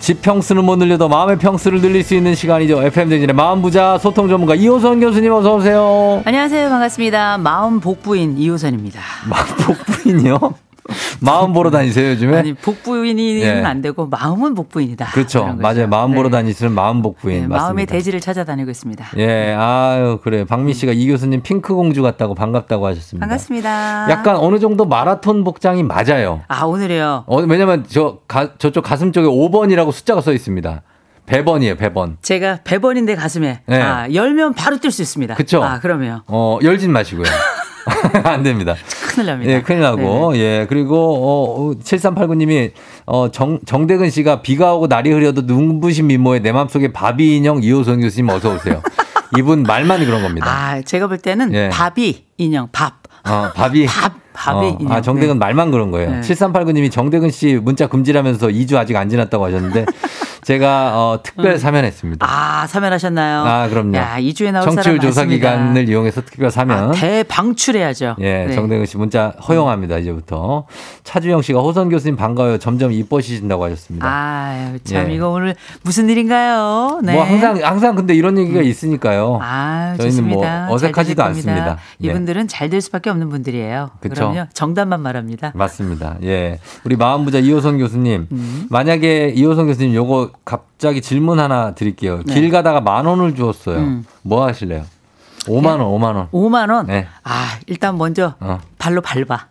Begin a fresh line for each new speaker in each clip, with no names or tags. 집 평수는 못 늘려도 마음의 평수를 늘릴 수 있는 시간이죠 FM 대진의 마음 부자 소통 전문가 이호선 교수님 어서 오세요
안녕하세요. 반갑습니다. 마음 복부인 이호선입니다.
마음 복부인이요 마음 보러 다니세요 요즘에
아니, 복부인은
예.
안 되고 마음은 복부인이다.
네. 그렇죠.
이런 거죠.
맞아요. 마음 보러
네.
다니시는 마음 복부인.
네,
맞습니다.
마음의 대지를 찾아다니고 있습니다.
예, 아유, 그래. 박미 씨가 이 교수님 핑크 공주 같다고 반갑다고 하셨습니다.
반갑습니다.
약간 어느 정도 마라톤 복장이 맞아요.
아, 오늘이요.
어, 왜냐면 저, 가, 저쪽 가슴 쪽에 5번이라고 숫자가 써 있습니다. 100번이에요, 100번.
제가 100번인데 가슴에
네.
아, 열면 바로 뛸 수 있습니다.
그쵸?
아, 그러면
어, 열진 마시고요. 안 됩니다.
큰일 납니다. 네,
예, 큰일 나고. 예, 그리고, 어, 7389님이, 어, 정, 정대근 씨가 비가 오고 날이 흐려도 눈부신 미모의 내 맘속에 바비 인형 이호선 교수님 어서오세요. 이분 말만 그런 겁니다.
아, 제가 볼 때는
예.
밥이 인형 밥.
어, 밥이.
밥, 밥이
어,
인형.
아, 정대근
네.
말만 그런 거예요.
네.
7389님이 정대근 씨 문자 금지라면서 2주 아직 안 지났다고 하셨는데 제가 어, 특별 사면했습니다.
음. 아, 사면하셨나요?
아, 그럼요.
야, 2주에 나올
청취율
사람
조사
많습니다.
기간을 이용해서 특별 사면.
아, 대방출해야죠.
예,
네.
정대근 씨 문자 허용합니다, 이제부터. 차주영 씨가 호선 교수님 반가워요. 점점 이뻐지신다고 하셨습니다.
아유, 참,
네. 예.
이거 오늘 무슨 일인가요? 네. 음.
뭐 항상, 항상 근데 이런 얘기가 있으니까요.
아,
저희는 뭐
좋습니다.
어색하지도
잘 되실 겁니다.
않습니다. 예.
이분들은 잘 될 수밖에 없는 분들이에요.
그쵸? 음.
그럼요. 정답만 말합니다.
맞습니다. 예. 우리 마음부자 이호선 교수님.
음.
만약에 이호선 교수님 요거 갑자기 질문 하나 드릴게요.
네.
길 가다가 만 원을 주었어요.
음.
뭐 하실래요? 5만 원, 5만 원.
5만 원.
네.
아, 일단 먼저
어.
발로 밟아.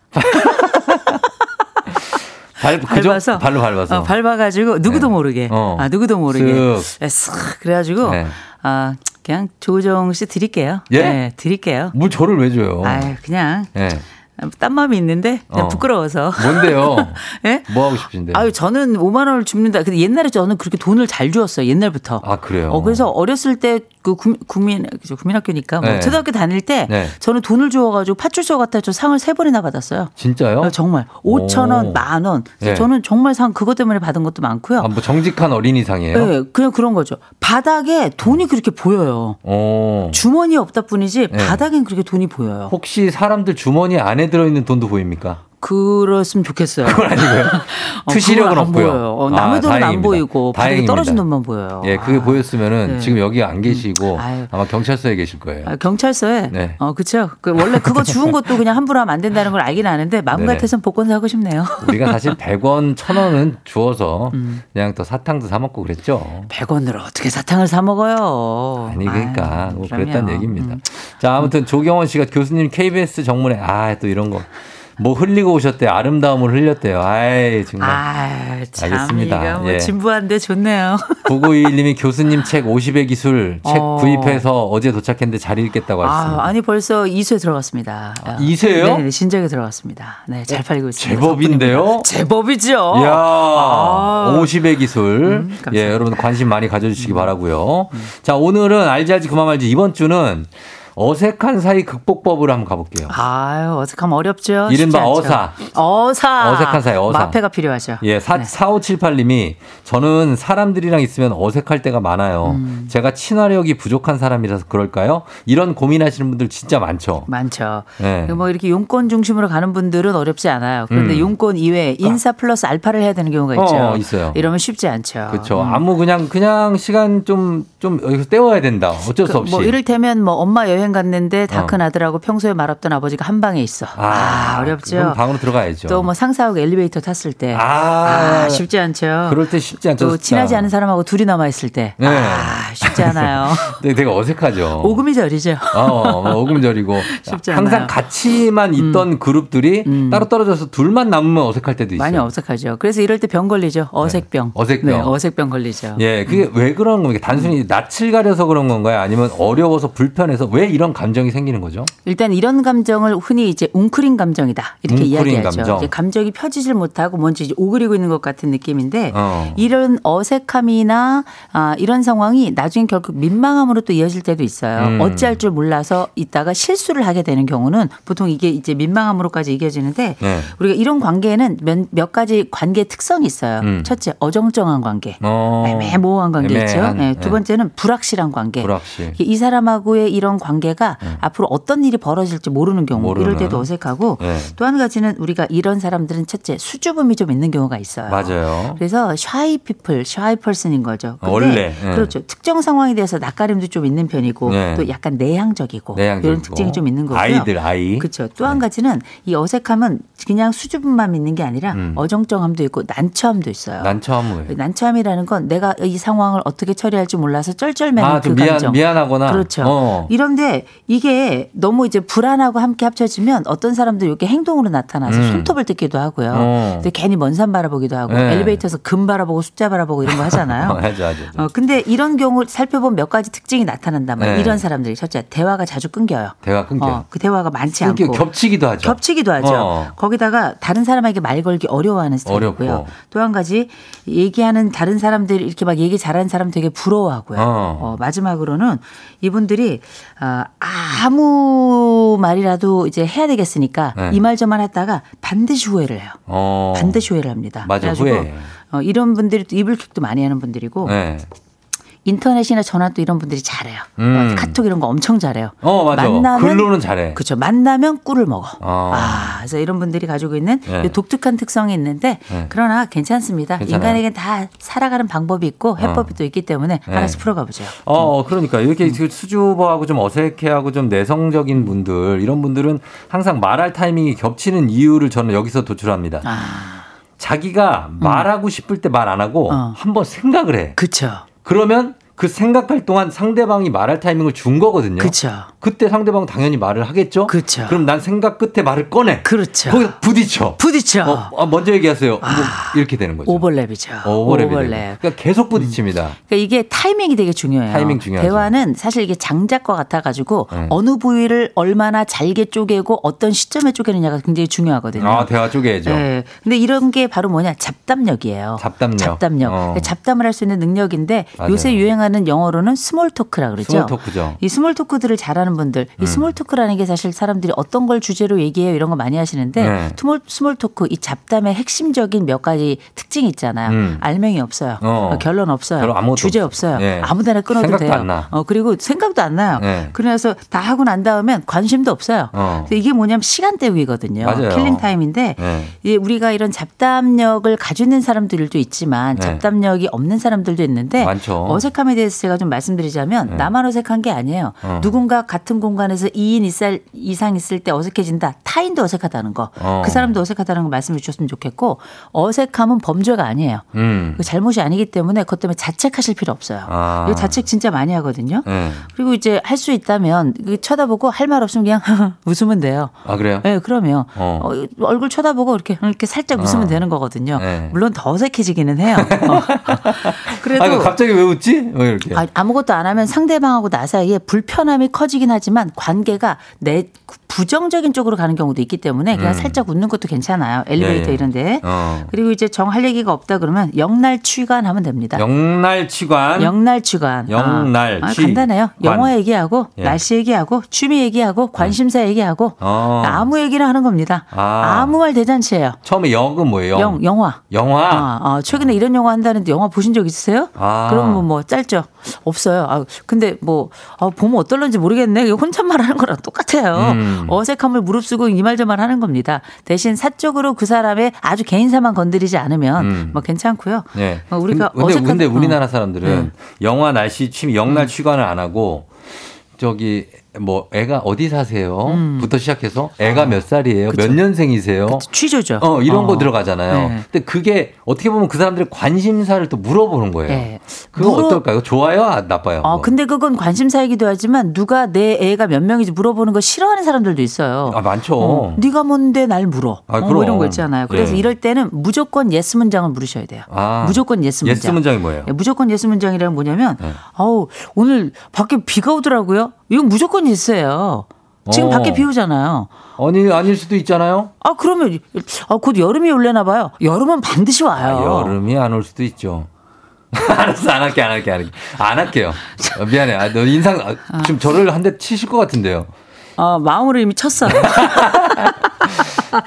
발, 그죠?
밟아서
발로 밟아서.
어, 밟아가지고 누구도
네.
모르게.
어.
아, 누구도 모르게.
쓱.
네, 쓱 그래가지고
네.
아, 그냥 조정 씨 드릴게요. 네,
예?
드릴게요.
뭘 저를 왜 줘요?
아유, 그냥
예.
딴 마음이 있는데 그냥
어.
부끄러워서.
뭔데요?
예?
뭐 하고 싶으신데?
아유, 저는 5만 원을 줍는다. 근데 옛날에 저는 그렇게 돈을 잘 주었어요. 옛날부터.
아, 그래요?
어, 그래서 어렸을 때 그 국민 그죠, 국민학교니까 뭐
네.
초등학교 다닐 때
네.
저는 돈을 주워 가지고 파출소 갔다 저 상을 세 번이나 받았어요.
진짜요?
어, 정말 5천
오.
원, 만 원. 그래서
예.
저는 정말 상 그것 때문에 받은 것도 많고요.
아, 뭐 정직한 어린이상이에요? 음.
예, 그냥 그런 거죠. 바닥에 돈이 그렇게 보여요.
어.
주머니에 없다 뿐이지
예.
바닥엔 그렇게 돈이 보여요.
혹시 사람들 주머니 안에 들어있는 돈도 보입니까?
그랬으면 좋겠어요.
그건 아니고요.
어,
투시력은
그건 안
없고요.
보여요. 어,
아,
남의 돈은 안
다행입니다.
보이고 바닥에
다행입니다.
떨어진 돈만 보여요.
예, 그게
아.
보였으면은
네.
지금 여기 안 계시고
아유.
아마 경찰서에 계실 거예요.
아, 경찰서에
네.
어 그렇죠. 그 원래 그거 주운 것도 그냥 함부로 하면 안 된다는 걸 알긴 아는데 마음
네네.
같아선 복권 사고 싶네요.
우리가 사실 100원, 1000원은 주어서
음.
그냥 또 사탕도 사 먹고 그랬죠.
100원으로 어떻게 사탕을 사 먹어요?
아니 그러니까
아유,
뭐
그럼요.
그랬단 얘기입니다.
음.
자, 아무튼 조경원 씨가 교수님 KBS 정문에 아, 또 이런 거. 뭐 흘리고 오셨대요. 아름다움을 흘렸대요. 아이, 정말.
아, 참
알겠습니다.
이거 뭐
예.
진부한데 좋네요.
9921님이 교수님 책 50의 기술 책
어.
구입해서 어제 도착했는데 잘 읽겠다고
아,
하셨습니다. 아,
아니 벌써 2수에 들어갔습니다. 야.
이세요?
네, 신작에 들어갔습니다. 네, 잘 팔리고 있습니다.
제법인데요?
제법이죠.
이야,
어. 아. 음,
50의 기술.
감사합니다. 음.
예, 여러분 관심 많이 가져주시기 바라고요. 자, 오늘은 알지 알지 그만 말지 이번 주는 어색한 사이 극복법으로 한번 가볼게요.
아유, 어색하면 어렵죠.
이른바
쉽지 않죠. 어사.
어색한 사이, 어사.
마패가 필요하죠.
예, 사,
네.
4578님이 저는 사람들이랑 있으면 어색할 때가 많아요.
음.
제가 친화력이 부족한 사람이라서 그럴까요? 이런 고민하시는 분들 진짜 많죠.
많죠.
예.
뭐 이렇게 용건 중심으로 가는 분들은 어렵지 않아요. 그런데
음.
용건 이외에 인사 플러스 알파를 해야 되는 경우가 있죠.
어, 있어요.
이러면 쉽지 않죠.
그렇죠. 아무 그냥 그냥 시간 좀 좀 여기서 때워야 된다. 어쩔 수
그,
없이.
뭐 이를테면 뭐 엄마 여행 여행 갔는데 다
어.
큰 아들하고 평소에 말없던 아버지가 한 방에 있어. 아,
그럼
어렵죠.
방으로 들어가야죠.
또 뭐 상사하고 엘리베이터 탔을 때.
아,
아, 쉽지 않죠.
그럴 때 쉽지 않죠.
또 친하지 않은 사람하고 둘이 남아 있을 때.
네.
아, 쉽지 않아요.
네, 되게 어색하죠.
오금이절이죠.
어, 어, 오금절이고
쉽지
항상
않아요. 음.
같이만 있던 그룹들이 따로 떨어져서 둘만 남으면 어색할 때도 있어요.
많이 어색하죠. 그래서 이럴 때 병 걸리죠. 어색병.
어색병.
네, 어색병 걸리죠. 음.
예, 그게 왜 그런 겁니까? 단순히 낯을 가려서 그런 건가요? 아니면 어려워서 불편해서 왜 이런 감정이 생기는 거죠?
일단 이런 감정을 흔히 이제 웅크린 감정이다 이렇게
웅크린
이야기하죠.
감정.
이제 감정이 펴지질 못하고 뭔지 이제 오그리고 있는 것 같은 느낌인데
어.
이런 어색함이나 아, 이런 상황이 나중에 결국 민망함으로 또 이어질 때도 있어요.
음.
어찌할 줄 몰라서 있다가 실수를 하게 되는 경우는 보통 이게 이제 민망함으로까지 이겨지는데
네.
우리가 이런 관계에는 몇, 몇 가지 관계 특성이 있어요.
음.
첫째 어정쩡한 관계.
어.
애매모호한 관계 있죠.
애매한,
네,
예.
두 번째는 불확실한 관계.
불확실.
이게 이 사람하고의 이런 관계가 앞으로 어떤 일이 벌어질지 모르는 경우
예. 모르는.
이럴 때도 어색하고
예.
또 한 가지는 우리가 이런 사람들은 첫째 수줍음이 좀 있는 경우가 있어요.
맞아요.
그래서 shy people, shy person인 거죠.
어, 원래, 예.
그렇죠. 특정 상황에 대해서 낯가림도 좀 있는 편이고
예.
또 약간 내향적이고
내향적이고.
뭐 이런 특징이 좀 있는 거고요.
네, 아이들, 네. 아이.
그렇죠. 또 한 가지는 이 어색함은 그냥 수줍음만 있는 게 아니라 어정쩡함도 있고 난처함도 있어요.
난처함을.
그 난처함이라는 건 내가 이 상황을 어떻게 처리할지 몰라서 쩔쩔매는
아,
그
좀 미안,
감정.
미안하거나.
그렇죠.
어.
이런데 이게 너무 이제 불안하고 함께 합쳐지면 어떤 사람들 이렇게 행동으로 나타나서
음.
손톱을 뜯기도 하고요.
어.
근데 괜히 먼 산 바라보기도 하고
네.
엘리베이터에서 금 바라보고 숫자 바라보고 이런 거 하잖아요.
하죠, 하죠.
어, 근데 이런 경우 살펴본 몇 가지 특징이 나타난단 말이에요.
네.
이런 사람들이 첫째 대화가 자주 끊겨요.
대화 끊겨.
어, 그 대화가 많지
끊겨
않고
겹치기도 하죠.
겹치기도 하죠.
그렇죠. 어.
거기다가 다른 사람에게 말 걸기 어려워하는 스타일이고요.
어렵고.
또 한 가지 얘기하는 다른 사람들 이렇게 막 얘기 잘하는 사람 되게 부러워하고요.
어.
어, 마지막으로는 이분들이 아, 아무 말이라도 이제 해야 되겠으니까
네.
이 말 저말 했다가 반드시 후회를 해요.
어.
반드시 후회를 합니다.
맞아,
그래가지고
후회.
어, 이런 분들이 또 이불킥도 많이 하는 분들이고
네.
인터넷이나 전화 또 이런 분들이 잘해요.
음.
어, 카톡 이런 거 엄청 잘해요.
어, 맞아.
만나면
글로는 잘해.
그렇죠. 만나면 꿀을 먹어.
어.
아, 그래서 이런 분들이 가지고 있는
네.
이 독특한 특성이 있는데
네.
그러나 괜찮습니다.
괜찮아요. 어.
인간에겐 다 살아가는 방법이 있고 해법이 또 있기 때문에
네.
하나씩 풀어가 보죠.
어, 어, 그러니까 이렇게
음.
그 수줍어하고 좀 어색해하고 좀 내성적인 분들 이런 분들은 항상 말할 타이밍이 겹치는 이유를 저는 여기서 도출합니다.
아, 음.
자기가 말하고 싶을 때 말 안 하고
어.
한번 생각을 해.
그쵸,
그러면 그 생각할 동안 상대방이 말할 타이밍을 준 거거든요.
그쵸,
때 상대방 은 당연히 말을 하겠죠.
그쵸.
럼난 생각 끝에 말을 꺼내.
그렇죠.
거기서 부딪혀.
부딪혀 아.
어, 어, 먼저 얘기하세요. 뭐 이렇게 되는 거죠.
오버랩이죠.
아, 오버랩이 되고.
오버랩.
그러니까 계속 부딪힙니다.
그러니까 이게 타이밍이 되게 중요해요.
타이밍 중요하죠.
대화는 사실 이게 장작과 같아가지고
음.
어느 부위를 얼마나 잘게 쪼개고 어떤 시점에 쪼개느냐가 굉장히 중요하거든요.
아, 대화 쪼개야죠.
예. 근데 이런 게 바로 뭐냐 잡담력이에요.
잡담력.
잡담력.
어.
잡담을 할 수 있는 능력인데
맞아요.
요새 유행하는 영어로는 스몰 토크라 그러죠.
스몰 토크죠. 음.
이 스몰 토크들을 잘하는 분들, 이 스몰 토크라는 게 사실 사람들이 어떤 걸 주제로 얘기해요 이런 거 많이 하시는데
네.
스몰, 스몰 토크 이 잡담의 핵심적인 몇 가지 특징이 있잖아요.
음.
알맹이 없어요.
어.
결론 없어요.
별로 아무것도
주제
없어요.
없어요.
예.
아무데나 끊어도
생각도
돼요.
안 나.
어, 그리고 생각도 안 나요.
예.
그래서 다 하고 난 다음엔 관심도 없어요.
어.
그래서 이게 뭐냐면 시간 때우기거든요.
맞아요.
킬링 타임인데
예.
예, 우리가 이런 잡담력을 가지고 있는 사람들도 있지만
네.
잡담력이 없는 사람들도 있는데
많죠. 네.
어색함에 대해서 제가 좀 말씀드리자면 나만 어색한 게 아니에요.
어.
누군가 같은 공간에서 2인 이살- 이상 있을 때 어색해진다. 타인도 어색하다는 거.
어.
그 사람도 어색하다는 거 말씀해 주셨으면 좋겠고 어색함은 범죄가 아니에요.
음.
그 잘못이 아니기 때문에 그것 때문에 자책하실 필요 없어요.
아.
이거 자책 진짜 많이 하거든요.
예.
그리고 이제 할 수 있다면 그 쳐다보고 할 말 없으면 그냥 웃으면 돼요.
아, 그래요?
예, 그럼요.
어.
어, 얼굴 쳐다보고 이렇게 이렇게 살짝 웃으면
어.
되는 거거든요.
네.
물론 더 어색해지기는 해요. 어. 그래도
아, 갑자기 네. 왜 웃지? 왜 이렇게?
아, 아무것도 안 하면 상대방하고 나 사이에 불편함이 커지긴 하지만 관계가 내 부정적인 쪽으로 가는 경우도 있기 때문에 그냥 살짝 웃는 것도 괜찮아요. 엘리베이터
예, 예.
이런데.
음. 어.
그리고 이제 정 할 얘기가 없다 그러면 영날 취관하면 됩니다.
영날 치관.
네. 영날 취관.
영날
아,
취-
간단해요. 영어
관.
얘기하고
예. 음.
날씨 얘기하고 취미 얘기하고 관심사 얘기하고
어.
아무 얘기를 하는 겁니다.
아.
아. 무말 대잔치예요.
처음에 영은 뭐예요?
영, 영화.
영화.
아, 아, 최근에 이런 영화 한다는데 영화 보신 적 있으세요?
아.
그러면 뭐 짧죠? 없어요. 아, 근데 뭐 아, 보면 어떨런지 모르겠네. 이거 혼잣말 하는 거랑 똑같아요.
음.
어색함을 무릅쓰고 이 말 저말 하는 겁니다. 대신 사적으로 그 사람의 아주 개인사만 건드리지 않으면
음.
뭐 괜찮고요.
예.
어, 우리가
근데, 근데
어색한- 음.
근데
어.
우리나라 사람들은 영화 날씨 취미 영날 취관을 안 하고 저기 뭐 애가 어디 사세요?
음.
부터 시작해서 애가
아.
몇 살이에요? 몇 년생이세요?
취조죠.
어 이런 거 들어가잖아요.
네.
근데 그게 어떻게 보면 그 사람들의 관심사를 또 물어보는 거예요.
네.
그거
물어-
어떨까요? 좋아요, 아, 나빠요?
어,
그거?
근데 그건 관심사이기도 하지만 누가 내 애가 몇 명인지 물어보는 거 싫어하는 사람들도 있어요.
아 많죠.
어, 네가 뭔데 날 물어.
아,
어, 뭐
그럼.
이런 거 있잖아요. 그래서
예.
이럴 때는 무조건 예스 문장을 물으셔야 돼요.
아.
무조건 예스 문장.
예스 문장이 뭐예요?
예, 무조건 예스 문장이라면 뭐냐면 어우 오늘 밖에 비가 오더라고요. 이건 무조건 예스예요. 지금
어.
밖에 비 오잖아요.
아니 아닐 수도 있잖아요.
아 그러면 아, 곧 여름이 올려나 봐요. 여름은 반드시
아,
와요.
여름이 안 올 수도 있죠. 알았어, 안 할게, 안 할게, 안 할게. 안 할게요. 어, 미안해. 아, 너 인상, 아, 지금 저를 한 대 치실 것 같은데요.
어, 마음으로 이미 쳤어요.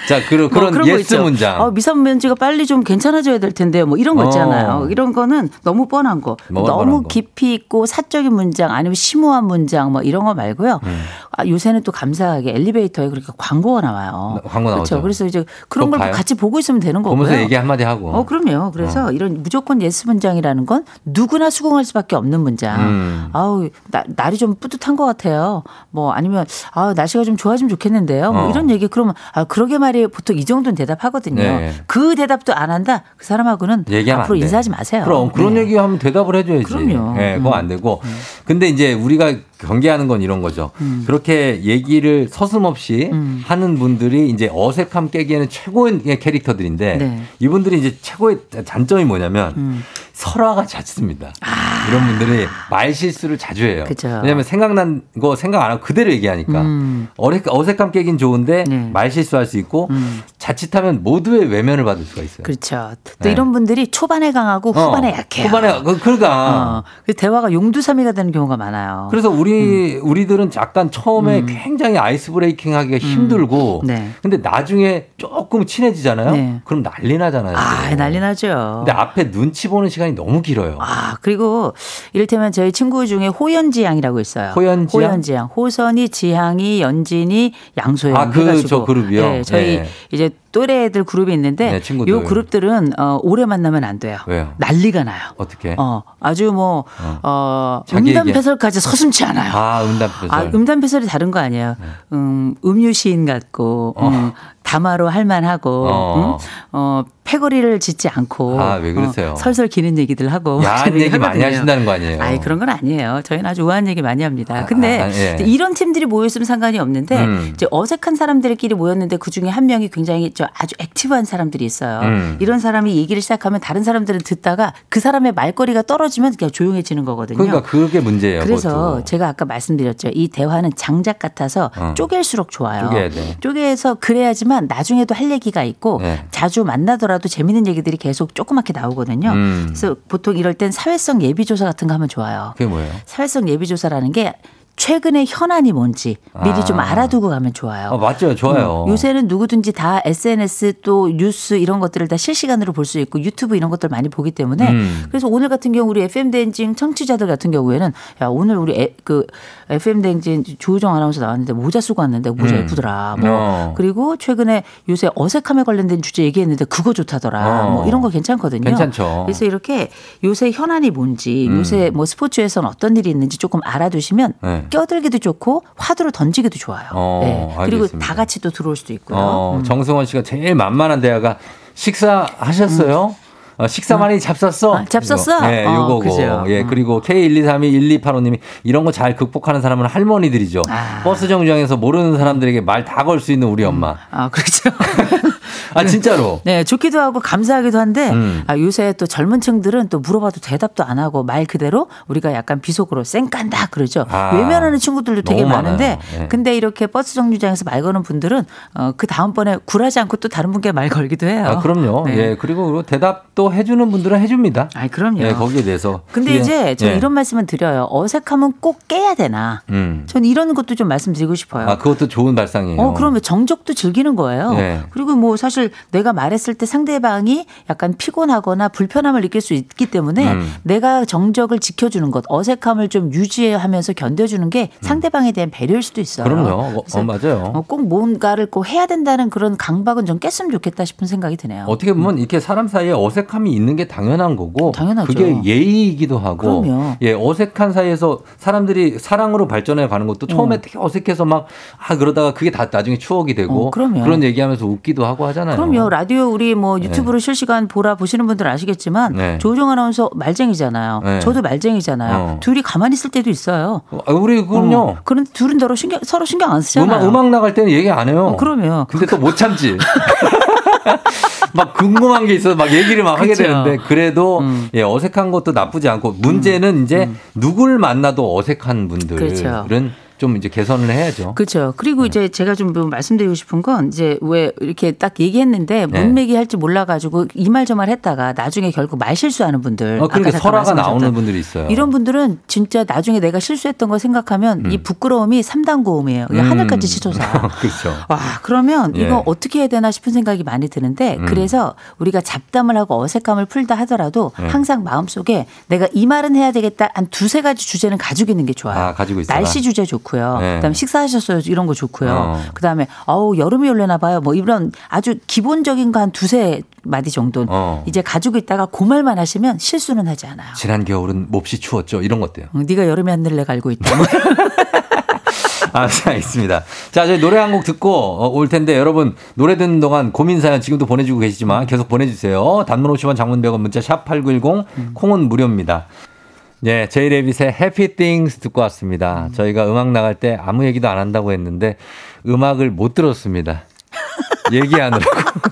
자, 그,
뭐
그런
그런 거
예스
있죠.
문장.
어, 미성년지가 빨리 좀 괜찮아져야 될 텐데 뭐 이런 거
어.
있잖아요. 이런 거는 너무 뻔한 거.
너무 뻔한
너무
거.
깊이 있고 사적인 문장 아니면 심오한 문장 뭐 이런 거 말고요.
음.
아, 요새는 또 감사하게 엘리베이터에 그렇게 광고가 나와요.
나- 광고 나오죠.
그렇죠. 그래서 이제 그런
그거
걸
봐요?
같이 보고 있으면 되는 거고요.
보면서 얘기 한마디 하고.
어, 그럼요. 그래서 이런 무조건 예스 문장이라는 건 누구나 수긍할 수밖에 없는 문장.
음.
아우, 나, 날이 좀 뿌듯한 것 같아요. 뭐 아니면 아, 날씨가 좀 좋아지면 좋겠는데요. 뭐
어.
이런 얘기 그러면 아, 그러게 말이에요. 보통 이 정도는 대답하거든요.
네.
그 대답도 안 한다. 그 사람하고는
얘기하면
앞으로
안 돼.
인사하지 마세요.
그럼 그런
네.
얘기하면 대답을 해줘야지.
그럼요. 음.
예, 그거 안 되고. 근데 이제 우리가 경계하는 건 이런 거죠.
음.
그렇게 얘기를 서슴없이 하는 분들이 이제 어색함 깨기에는 최고의 캐릭터들인데
네. 음.
이분들이 이제 최고의 단점이 뭐냐면 설화가 잦습니다. 이런 분들이 말 실수를 자주 해요.
아. 그죠.
왜냐하면 생각난 거 생각 안 하고 그대로 얘기하니까 어색- 어색함 깨긴 좋은데
음. 네. 음.
말 실수할 수 있고 자칫하면 모두의 외면을 받을 수가 있어요.
그렇죠. 또
네.
이런 분들이 초반에 강하고
어,
후반에 약해요.
후반에 그- 그러니까
어, 그래서 대화가 용두삼이가 되는 경우가 많아요.
그래서 우리
음.
우리들은 약간 처음에 굉장히 아이스 브레이킹 하기가 힘들고
네.
근데 나중에 조금 친해지잖아요.
네.
그럼 난리 나잖아요.
아,
또.
난리 나죠.
근데 앞에 눈치 보는 시간이 너무 길어요.
아, 그리고 이를테면 저희 친구 중에 호연지 양이라고 있어요.
호연지 양?
호연지 양. 호선이, 지향이, 연진이, 양소연.
아, 그,
해가지고.
저 그룹이요?
네, 저희
네.
이제 또래 애들 그룹이 있는데
네, 친구들.
요 그룹들은 어, 오래 만나면 안 돼요.
왜요?
난리가 나요.
어떻게?
어, 아주 뭐,
어.
어,
자기
음담
얘기.
패설까지 서슴지 않아요.
아, 음담 표절.
아, 음담 패설이 다른 거 아니에요.
네.
음, 음유 시인 같고, 음, 담화로 할만하고,
어.
음, 어, 패거리를 짓지 않고,
아, 왜 그러세요?
어, 설설 기는 얘기들 하고,
야한
그런
얘기 많이
하거든요.
하신다는 거 아니에요?
아니 그런 건 아니에요. 저희는 아주 우아한 얘기 많이 합니다.
아,
근데
아, 예.
이런 팀들이 모였으면 상관이 없는데
음.
이제 어색한 사람들끼리 모였는데 그 중에 한 명이 굉장히 저 아주 액티브한 사람들이 있어요.
음.
이런 사람이 얘기를 시작하면 다른 사람들은 듣다가 그 사람의 말거리가 떨어지면 그냥 조용해지는 거거든요.
그러니까 그게 문제예요.
그래서
그것도.
제가 아까 말씀드렸죠. 이 대화는 장작 같아서
어.
쪼갤수록 좋아요.
쪼개야 돼.
서 그래야지만 나중에도 할 얘기가 있고
네.
자주 만나더라도 재밌는 얘기들이 계속 조그맣게 나오거든요.
음.
그래서 보통 이럴 땐 사회성 예비조사 같은 거 하면 좋아요.
그게 뭐예요?
사회성 예비조사라는 게 최근의 현안이 뭔지 미리
아.
좀 알아두고 가면 좋아요.
아, 맞죠. 좋아요.
어. 음, 요새는 누구든지 다 SNS 또 뉴스 이런 것들을 다 실시간으로 볼 수 있고 유튜브 이런 것들 많이 보기 때문에
음.
그래서 오늘 같은 경우 우리 FM 대행진 청취자들 같은 경우에는 야 오늘 우리 에, 그 FM 대행진 조우정 아나운서 나왔는데 모자 쓰고 왔는데 모자
음.
예쁘더라. 뭐
어.
그리고 최근에 요새 어색함에 관련된 주제 얘기했는데 그거 좋다더라.
어.
뭐 이런 거 괜찮거든요.
괜찮죠. 음.
그래서 이렇게 요새 현안이 뭔지 요새 뭐 스포츠에선 어떤 일이 있는지 조금 알아두시면
네.
껴들기도 좋고 화두를 던지기도 좋아요. 네.
어,
그리고
알겠습니다.
다 같이 또 들어올 수도 있고요. 음.
어, 정승원 씨가 제일 만만한 대화가 식사하셨어요? 어, 식사 많이 잡쌌어?
아, 잡쌌어?
이거. 예,
어,
요거고.
그죠.
예, 그리고 K12321285님이 이런 거 잘 극복하는 사람은 할머니들이죠.
아.
버스 정류장에서 모르는 사람들에게 말 다 걸 수 있는 우리 엄마.
아, 그렇죠.
아, 진짜로.
네, 좋기도 하고 감사하기도 한데
음.
아, 요새 또 젊은 층들은 또 물어봐도 대답도 안 하고 말 그대로 우리가 약간 비속으로 쌩깐다 그러죠.
아,
외면하는 친구들도 되게
너무
많은데
많아요. 예.
근데 이렇게 버스 정류장에서 말 거는 분들은 어, 그 다음번에 굴하지 않고 또 다른 분께 말 걸기도 해요.
아, 그럼요.
네.
예, 그리고 대답도 해주는 분들은 해줍니다.
아이, 그럼요.
예, 거기에 대해서.
근데
예,
이제 저
예.
이런 말씀을 드려요. 어색함은 꼭 깨야 되나?
음.
전 이런 것도 좀 말씀드리고 싶어요.
아, 그것도 좋은 발상이에요.
어, 그러면 정적도 어, 즐기는 거예요.
예.
그리고 뭐 사실 그것을 내가 말했을 때 상대방이 약간 피곤하거나 불편함을 느낄 수 있기 때문에
음.
내가 정적을 지켜주는 것, 어색함을 좀 유지하면서 견뎌주는 게 상대방에 대한 배려일 수도 있어요.
음. 그럼요. 어,
그래서
어, 맞아요.
어, 꼭 뭔가를 꼭 해야 된다는 그런 강박은 좀 깼으면 좋겠다 싶은 생각이 드네요.
아, 어떻게 보면 이렇게 사람 사이에 어색함이 있는 게 당연한 거고
당연하죠.
그게 예의이기도 하고
그럼요.
예 어색한 사이에서 사람들이 사랑으로 발전해 가는 것도 처음에 되게 어색해서 막 아 그러다가 그게 다 나중에 추억이 되고
어, 그럼요.
런 얘기하면서 웃기도 하고 하잖아요.
그럼요. 라디오 우리 뭐 유튜브로 실시간 보라 보시는 분들 은 아시겠지만
네.
조종 아나운서 말쟁이잖아요.
네.
저도 말쟁이잖아요.
어.
둘이 가만히 있을 때도 있어요.
아, 우리 그럼요.
어, 그런데 둘은 더러 신경, 서로 신경 안 쓰잖아요.
음악, 음악 나갈 때는 얘기 안 해요.
어, 그럼요.
근데 또 못 참지. 막 궁금한 게 있어서 막 얘기를 막 하게
그쵸. 음.
되는데 그래도 예, 어색한 것도 나쁘지 않고 문제는 이제 누굴 만나도 어색한 분들은
그렇죠.
좀 이제 개선을 해야죠.
그렇죠.
네.
그리고 이제 제가 좀뭐 말씀드리고 싶은 건 이제 왜 이렇게 딱 얘기했는데
네.
문맥이 할지 몰라가지고 이 말 저 말 했다가 나중에 결국 말 실수하는 분들.
어, 그러니까
아까 잠깐
설화가
말씀하셨던
나오는 분들이 있어요.
이런 분들은 진짜 나중에 내가 실수했던 걸 생각하면 이 부끄러움이 삼단 고음이에요. 이게
음.
하늘까지 치솟아.
그렇죠.
와, 그러면
예. 음.
이거 어떻게 해야 되나 싶은 생각이 많이 드는데 그래서 우리가 잡담을 하고 어색함을 풀다 하더라도
네.
항상 마음속에 내가 이 말은 해야 되겠다 한 두세 가지 주제는 가지고 있는 게 좋아요.
아, 가지고 있어라.
날씨 주제 좋고요.
네.
그다음에 식사하셨어요 이런 거 좋고요.
어.
그다음에 어우 여름이 올려나 봐요. 뭐 이런 아주 기본적인 거 한 두세 마디 정도는
어.
이제 가지고 있다가 그 말만 하시면 실수는 하지 않아요.
지난 겨울은 몹시 추웠죠. 이런 것도요.
어, 네가 여름에 하늘 내가 알고 있다.
아, 자, 있습니다. 자, 저희 노래 한 곡 듣고 어, 올 텐데 여러분 노래 듣는 동안 고민 사연 지금도 보내주고 계시지만 계속 보내주세요. 단문 50원, 장문 100원, 문자 샵 #8910 콩은 무료입니다. 예, 제이레빗의 해피 띵스 듣고 왔습니다. 저희가 음악 나갈 때 아무 얘기도 안 한다고 했는데 음악을 못 들었습니다. 얘기하느라고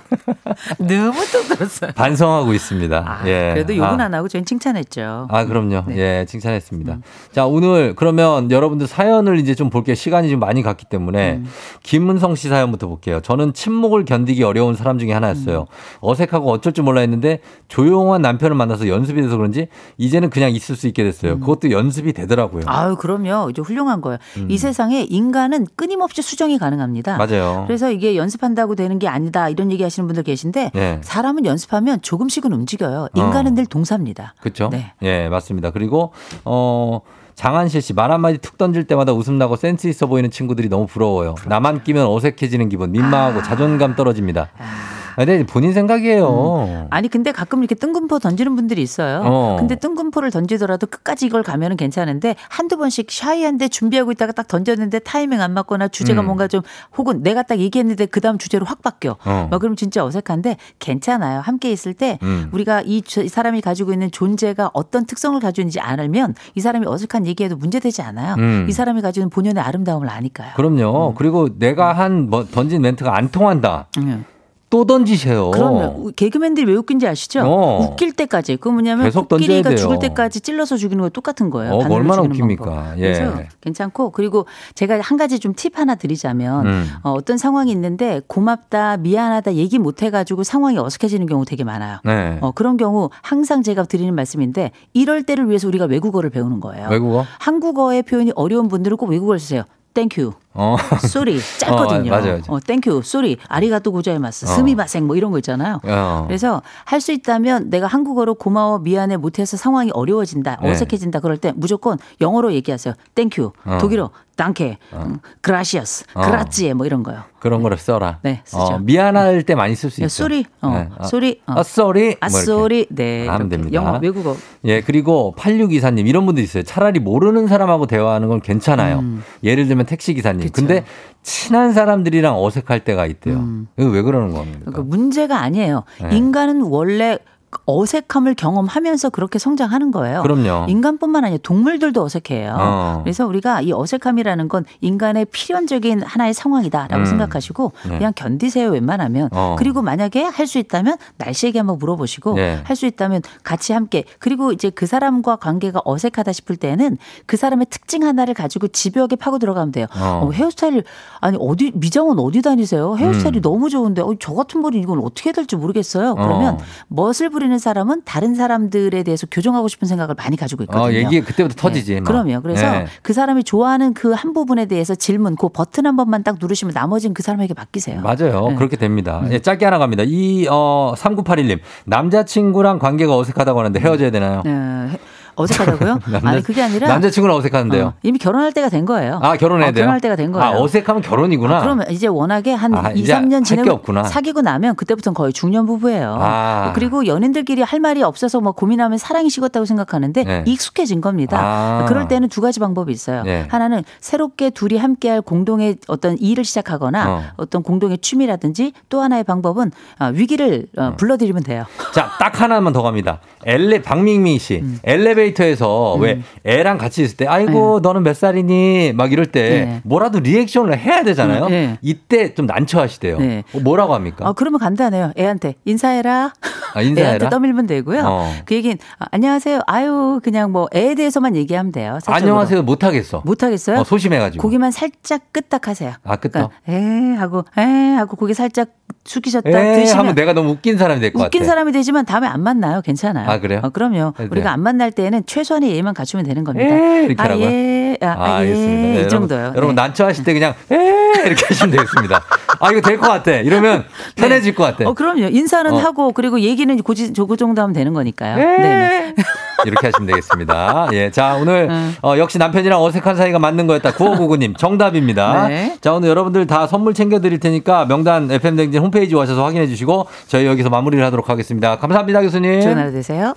너무 또 들었어요.
반성하고 있습니다.
아,
예.
그래도 욕은
아.
안 하고 저희는 칭찬했죠.
아, 그럼요.
네.
예, 칭찬했습니다.
음.
자, 오늘 그러면 여러분들 사연을 이제 좀 볼게 시간이 좀 많이 갔기 때문에
음.
김문성 씨 사연부터 볼게요. 저는 침묵을 견디기 어려운 사람 중에 하나였어요.
음.
어색하고 어쩔 줄 몰라 했는데 조용한 남편을 만나서 연습이 돼서 그런지 이제는 그냥 있을 수 있게 됐어요. 그것도 연습이 되더라고요.
음. 아유, 그럼요. 이제 훌륭한 거예요. 이 세상에 인간은 끊임없이 수정이
음.
가능합니다.
맞아요.
그래서 이게 연습한다고 되는 게 아니다 이런 얘기 하시는 분들 계신데
예.
사람은 연습하면 조금씩은 움직여요. 인간은
어.
늘 동사입니다.
그렇죠?
네.
예, 맞습니다. 그리고 어 장한실 씨 말 한마디 툭 던질 때마다 웃음 나고 센스 있어 보이는 친구들이 너무 부러워요.
그렇죠.
나만 끼면 어색해지는 기분,
아.
민망하고 자존감 떨어집니다. 아, 근데 본인 생각이에요.
아니 근데 가끔 이렇게 뜬금포 던지는 분들이 있어요.
어.
근데 뜬금포를 던지더라도 끝까지 이걸 가면은 괜찮은데 한두 번씩 샤이한데 준비하고 있다가 딱 던졌는데 타이밍 안 맞거나 주제가
음.
뭔가 좀 혹은 내가 딱 얘기했는데 그다음 주제로 확 바뀌어.
어.
막뭐 그럼 진짜 어색한데 괜찮아요. 함께 있을 때
음.
우리가 이, 주- 이 사람이 가지고 있는 존재가 어떤 특성을 가지고 있는지 알면 이 사람이 어색한 얘기에도 문제되지 않아요.
음.
이 사람이 가지고 있는 본연의 아름다움을 아니까요.
그럼요. 그리고 내가 한 뭐, 던진 멘트가 안 통한다.
음.
또 던지세요.
그러면 우- 개그맨들이 왜 웃긴지 아시죠?
어.
웃길 때까지 그 뭐냐면
계속
코끼리가
던져야 돼요.
죽을 때까지 찔러서 죽이는 거 똑같은 거예요.
어,
바늘로
얼마나
죽이는
웃깁니까?
방법.
예.
그래서 괜찮고 그리고 제가 한 가지 좀 팁 하나 드리자면
음.
어, 어떤 상황이 있는데 고맙다 미안하다 얘기 못 해가지고 상황이 어색해지는 경우 되게 많아요.
네.
어, 그런 경우 항상 제가 드리는 말씀인데 이럴 때를 위해서 우리가 외국어를 배우는 거예요.
외국어?
한국어의 표현이 어려운 분들은 꼭 외국어를 쓰세요. 땡큐.
어.
쏘리 짧거든요.
어, 맞아요.
어, 땡큐 쏘리 아리가또 고자이마스
어.
스미마생 뭐 이런 거 있잖아요.
어.
그래서 할 수 있다면 내가 한국어로 고마워 미안해 못해서 상황이 어려워진다
네.
어색해진다 그럴 때 무조건 영어로 얘기하세요. 땡큐
어.
독일어 단케 그라시아스
어.
그라찌에 뭐 이런 거요.
그런 거를 써라.
네, 쓰죠.
어, 미안할 때 많이 쓸 수 있어.
쏘리 어
네. 아,
쏘리 어.
아, 쏘리.
아
뭐 이렇게.
쏘리 네
하면
이렇게.
됩니다.
영어 외국어
예, 그리고 8624님 이런 분도 있어요. 차라리 모르는 사람하고 대화하는 건 괜찮아요.
음.
예를 들면 택시 기사님. 근데 친한 사람들이랑 어색할 때가 있대요. 이거 왜 그러는 겁니까?
음. 그 문제가 아니에요.
네.
인간은 원래 어색함을 경험하면서 그렇게 성장하는 거예요.
그럼요.
인간뿐만 아니라 동물들도 어색해요.
어.
그래서 우리가 이 어색함이라는 건 인간의 필연적인 하나의 상황이다라고
음.
생각하시고
네.
그냥 견디세요 웬만하면.
어.
그리고 만약에 할 수 있다면 날씨 얘기 한번 물어보시고
네.
할 수 있다면 같이 함께 그리고 이제 그 사람과 관계가 어색하다 싶을 때는 그 사람의 특징 하나를 가지고 집요하게 파고 들어가면 돼요.
어.
어, 헤어스타일 아니 어디 미장원
음.
어디 다니세요? 헤어스타일이 너무 좋은데 어, 저 같은 머리 이건 어떻게 해야 될지 모르겠어요. 그러면
어.
멋을 부리는 흘리는 사람은 다른 사람들에 대해서 교정하고 싶은 생각을 많이 가지고 있거든요.
어, 얘기 그때부터 터지지.
네,
막.
그럼요. 그래서
네.
그 사람이 좋아하는 그 한 부분에 대해서 질문, 그 버튼 한 번만 딱 누르시면 나머지는 그 사람에게 맡기세요.
맞아요.
네.
그렇게 됩니다. 예, 짧게 하나 갑니다. 이, 어, 3981님. 남자친구랑 관계가 어색하다고 하는데 헤어져야 되나요?
네, 해- 어색하다고요?
남자-
아니 그게 아니라
남자친구는 어색한데요.
어, 이미 결혼할 때가 된 거예요.
아, 결혼해야
어,
돼요?
결혼할 때가 된 거예요. 아,
아, 어색하면 결혼이구나.
그러면 이제 워낙에 한
아,
이
이제
삼
할
년
게
지내고
없구나.
사귀고 나면 그때부터는 거의 중년 부부예요.
아.
그리고 연인들끼리 할 말이 없어서 뭐 고민하면 사랑이 식었다고 생각하는데
네.
익숙해진 겁니다.
아.
그럴 때는 두 가지 방법이 있어요.
네.
하나는 새롭게 둘이 함께할 공동의 어떤 일을
어.
시작하거나 어. 떤 공동의 취미라든지 또 하나의 방법은 아, 위기를 어, 불러들이면 돼요.
자, 딱 하나만 더 갑니다. 엘레 박민미 씨
음.
엘리베이터에서 왜 애랑 같이 있을 때 아이고 너는 몇 살이니 막 이럴 때
네.
뭐라도 리액션을 해야 되잖아요.
음, 네.
이때 좀 난처하시대요.
네.
어, 뭐라고 합니까?
아, 그러면 간단해요. 애한테 인사해라.
아, 인사해라?
애한테 떠밀면 되고요.
어.
그 얘기는 아, 안녕하세요. 아유 그냥 뭐 애에 대해서만 얘기하면 돼요. 사적으로.
안녕하세요 못 하겠어.
못 하겠어요.
어, 소심해가지고.
고기만 살짝 끄딱하세요.
아, 끄떡?
그러니까 에 하고 에 하고 고기 살짝 숙이셨다
에 하면
드시면
내가 너무 웃긴 사람이 될 것 같아.
웃긴 사람이 되지만 다음에 안 만나요. 괜찮아요.
아, 그래요?
어, 그럼요.
그래도 돼요?
우리가 안 만날 때에는 최소한의 예의만 갖추면 되는 겁니다.
에이, 이렇게
아,
하라고요?
예. 아,
아,
아,
알겠습니다. 네,
예. 이
여러분,
정도요.
여러분
네.
난처하실 때 그냥 에 이렇게 하시면 되겠습니다. 아 이거 될 것 같아. 이러면 편해질 것 같아.
어, 그럼요. 인사는
어.
하고 그리고 얘기는 고지 저거 정도 하면 되는 거니까요.
네.
네.
이렇게 하시면 되겠습니다. 예. 자, 오늘, 어, 역시 남편이랑 어색한 사이가 맞는 거였다. 9599님, 정답입니다.
네.
자, 오늘 여러분들 다 선물 챙겨드릴 테니까 명단 FM댕진 홈페이지 오셔서 확인해 주시고 저희 여기서 마무리를 하도록 하겠습니다. 감사합니다, 교수님.
좋은 하루 되세요.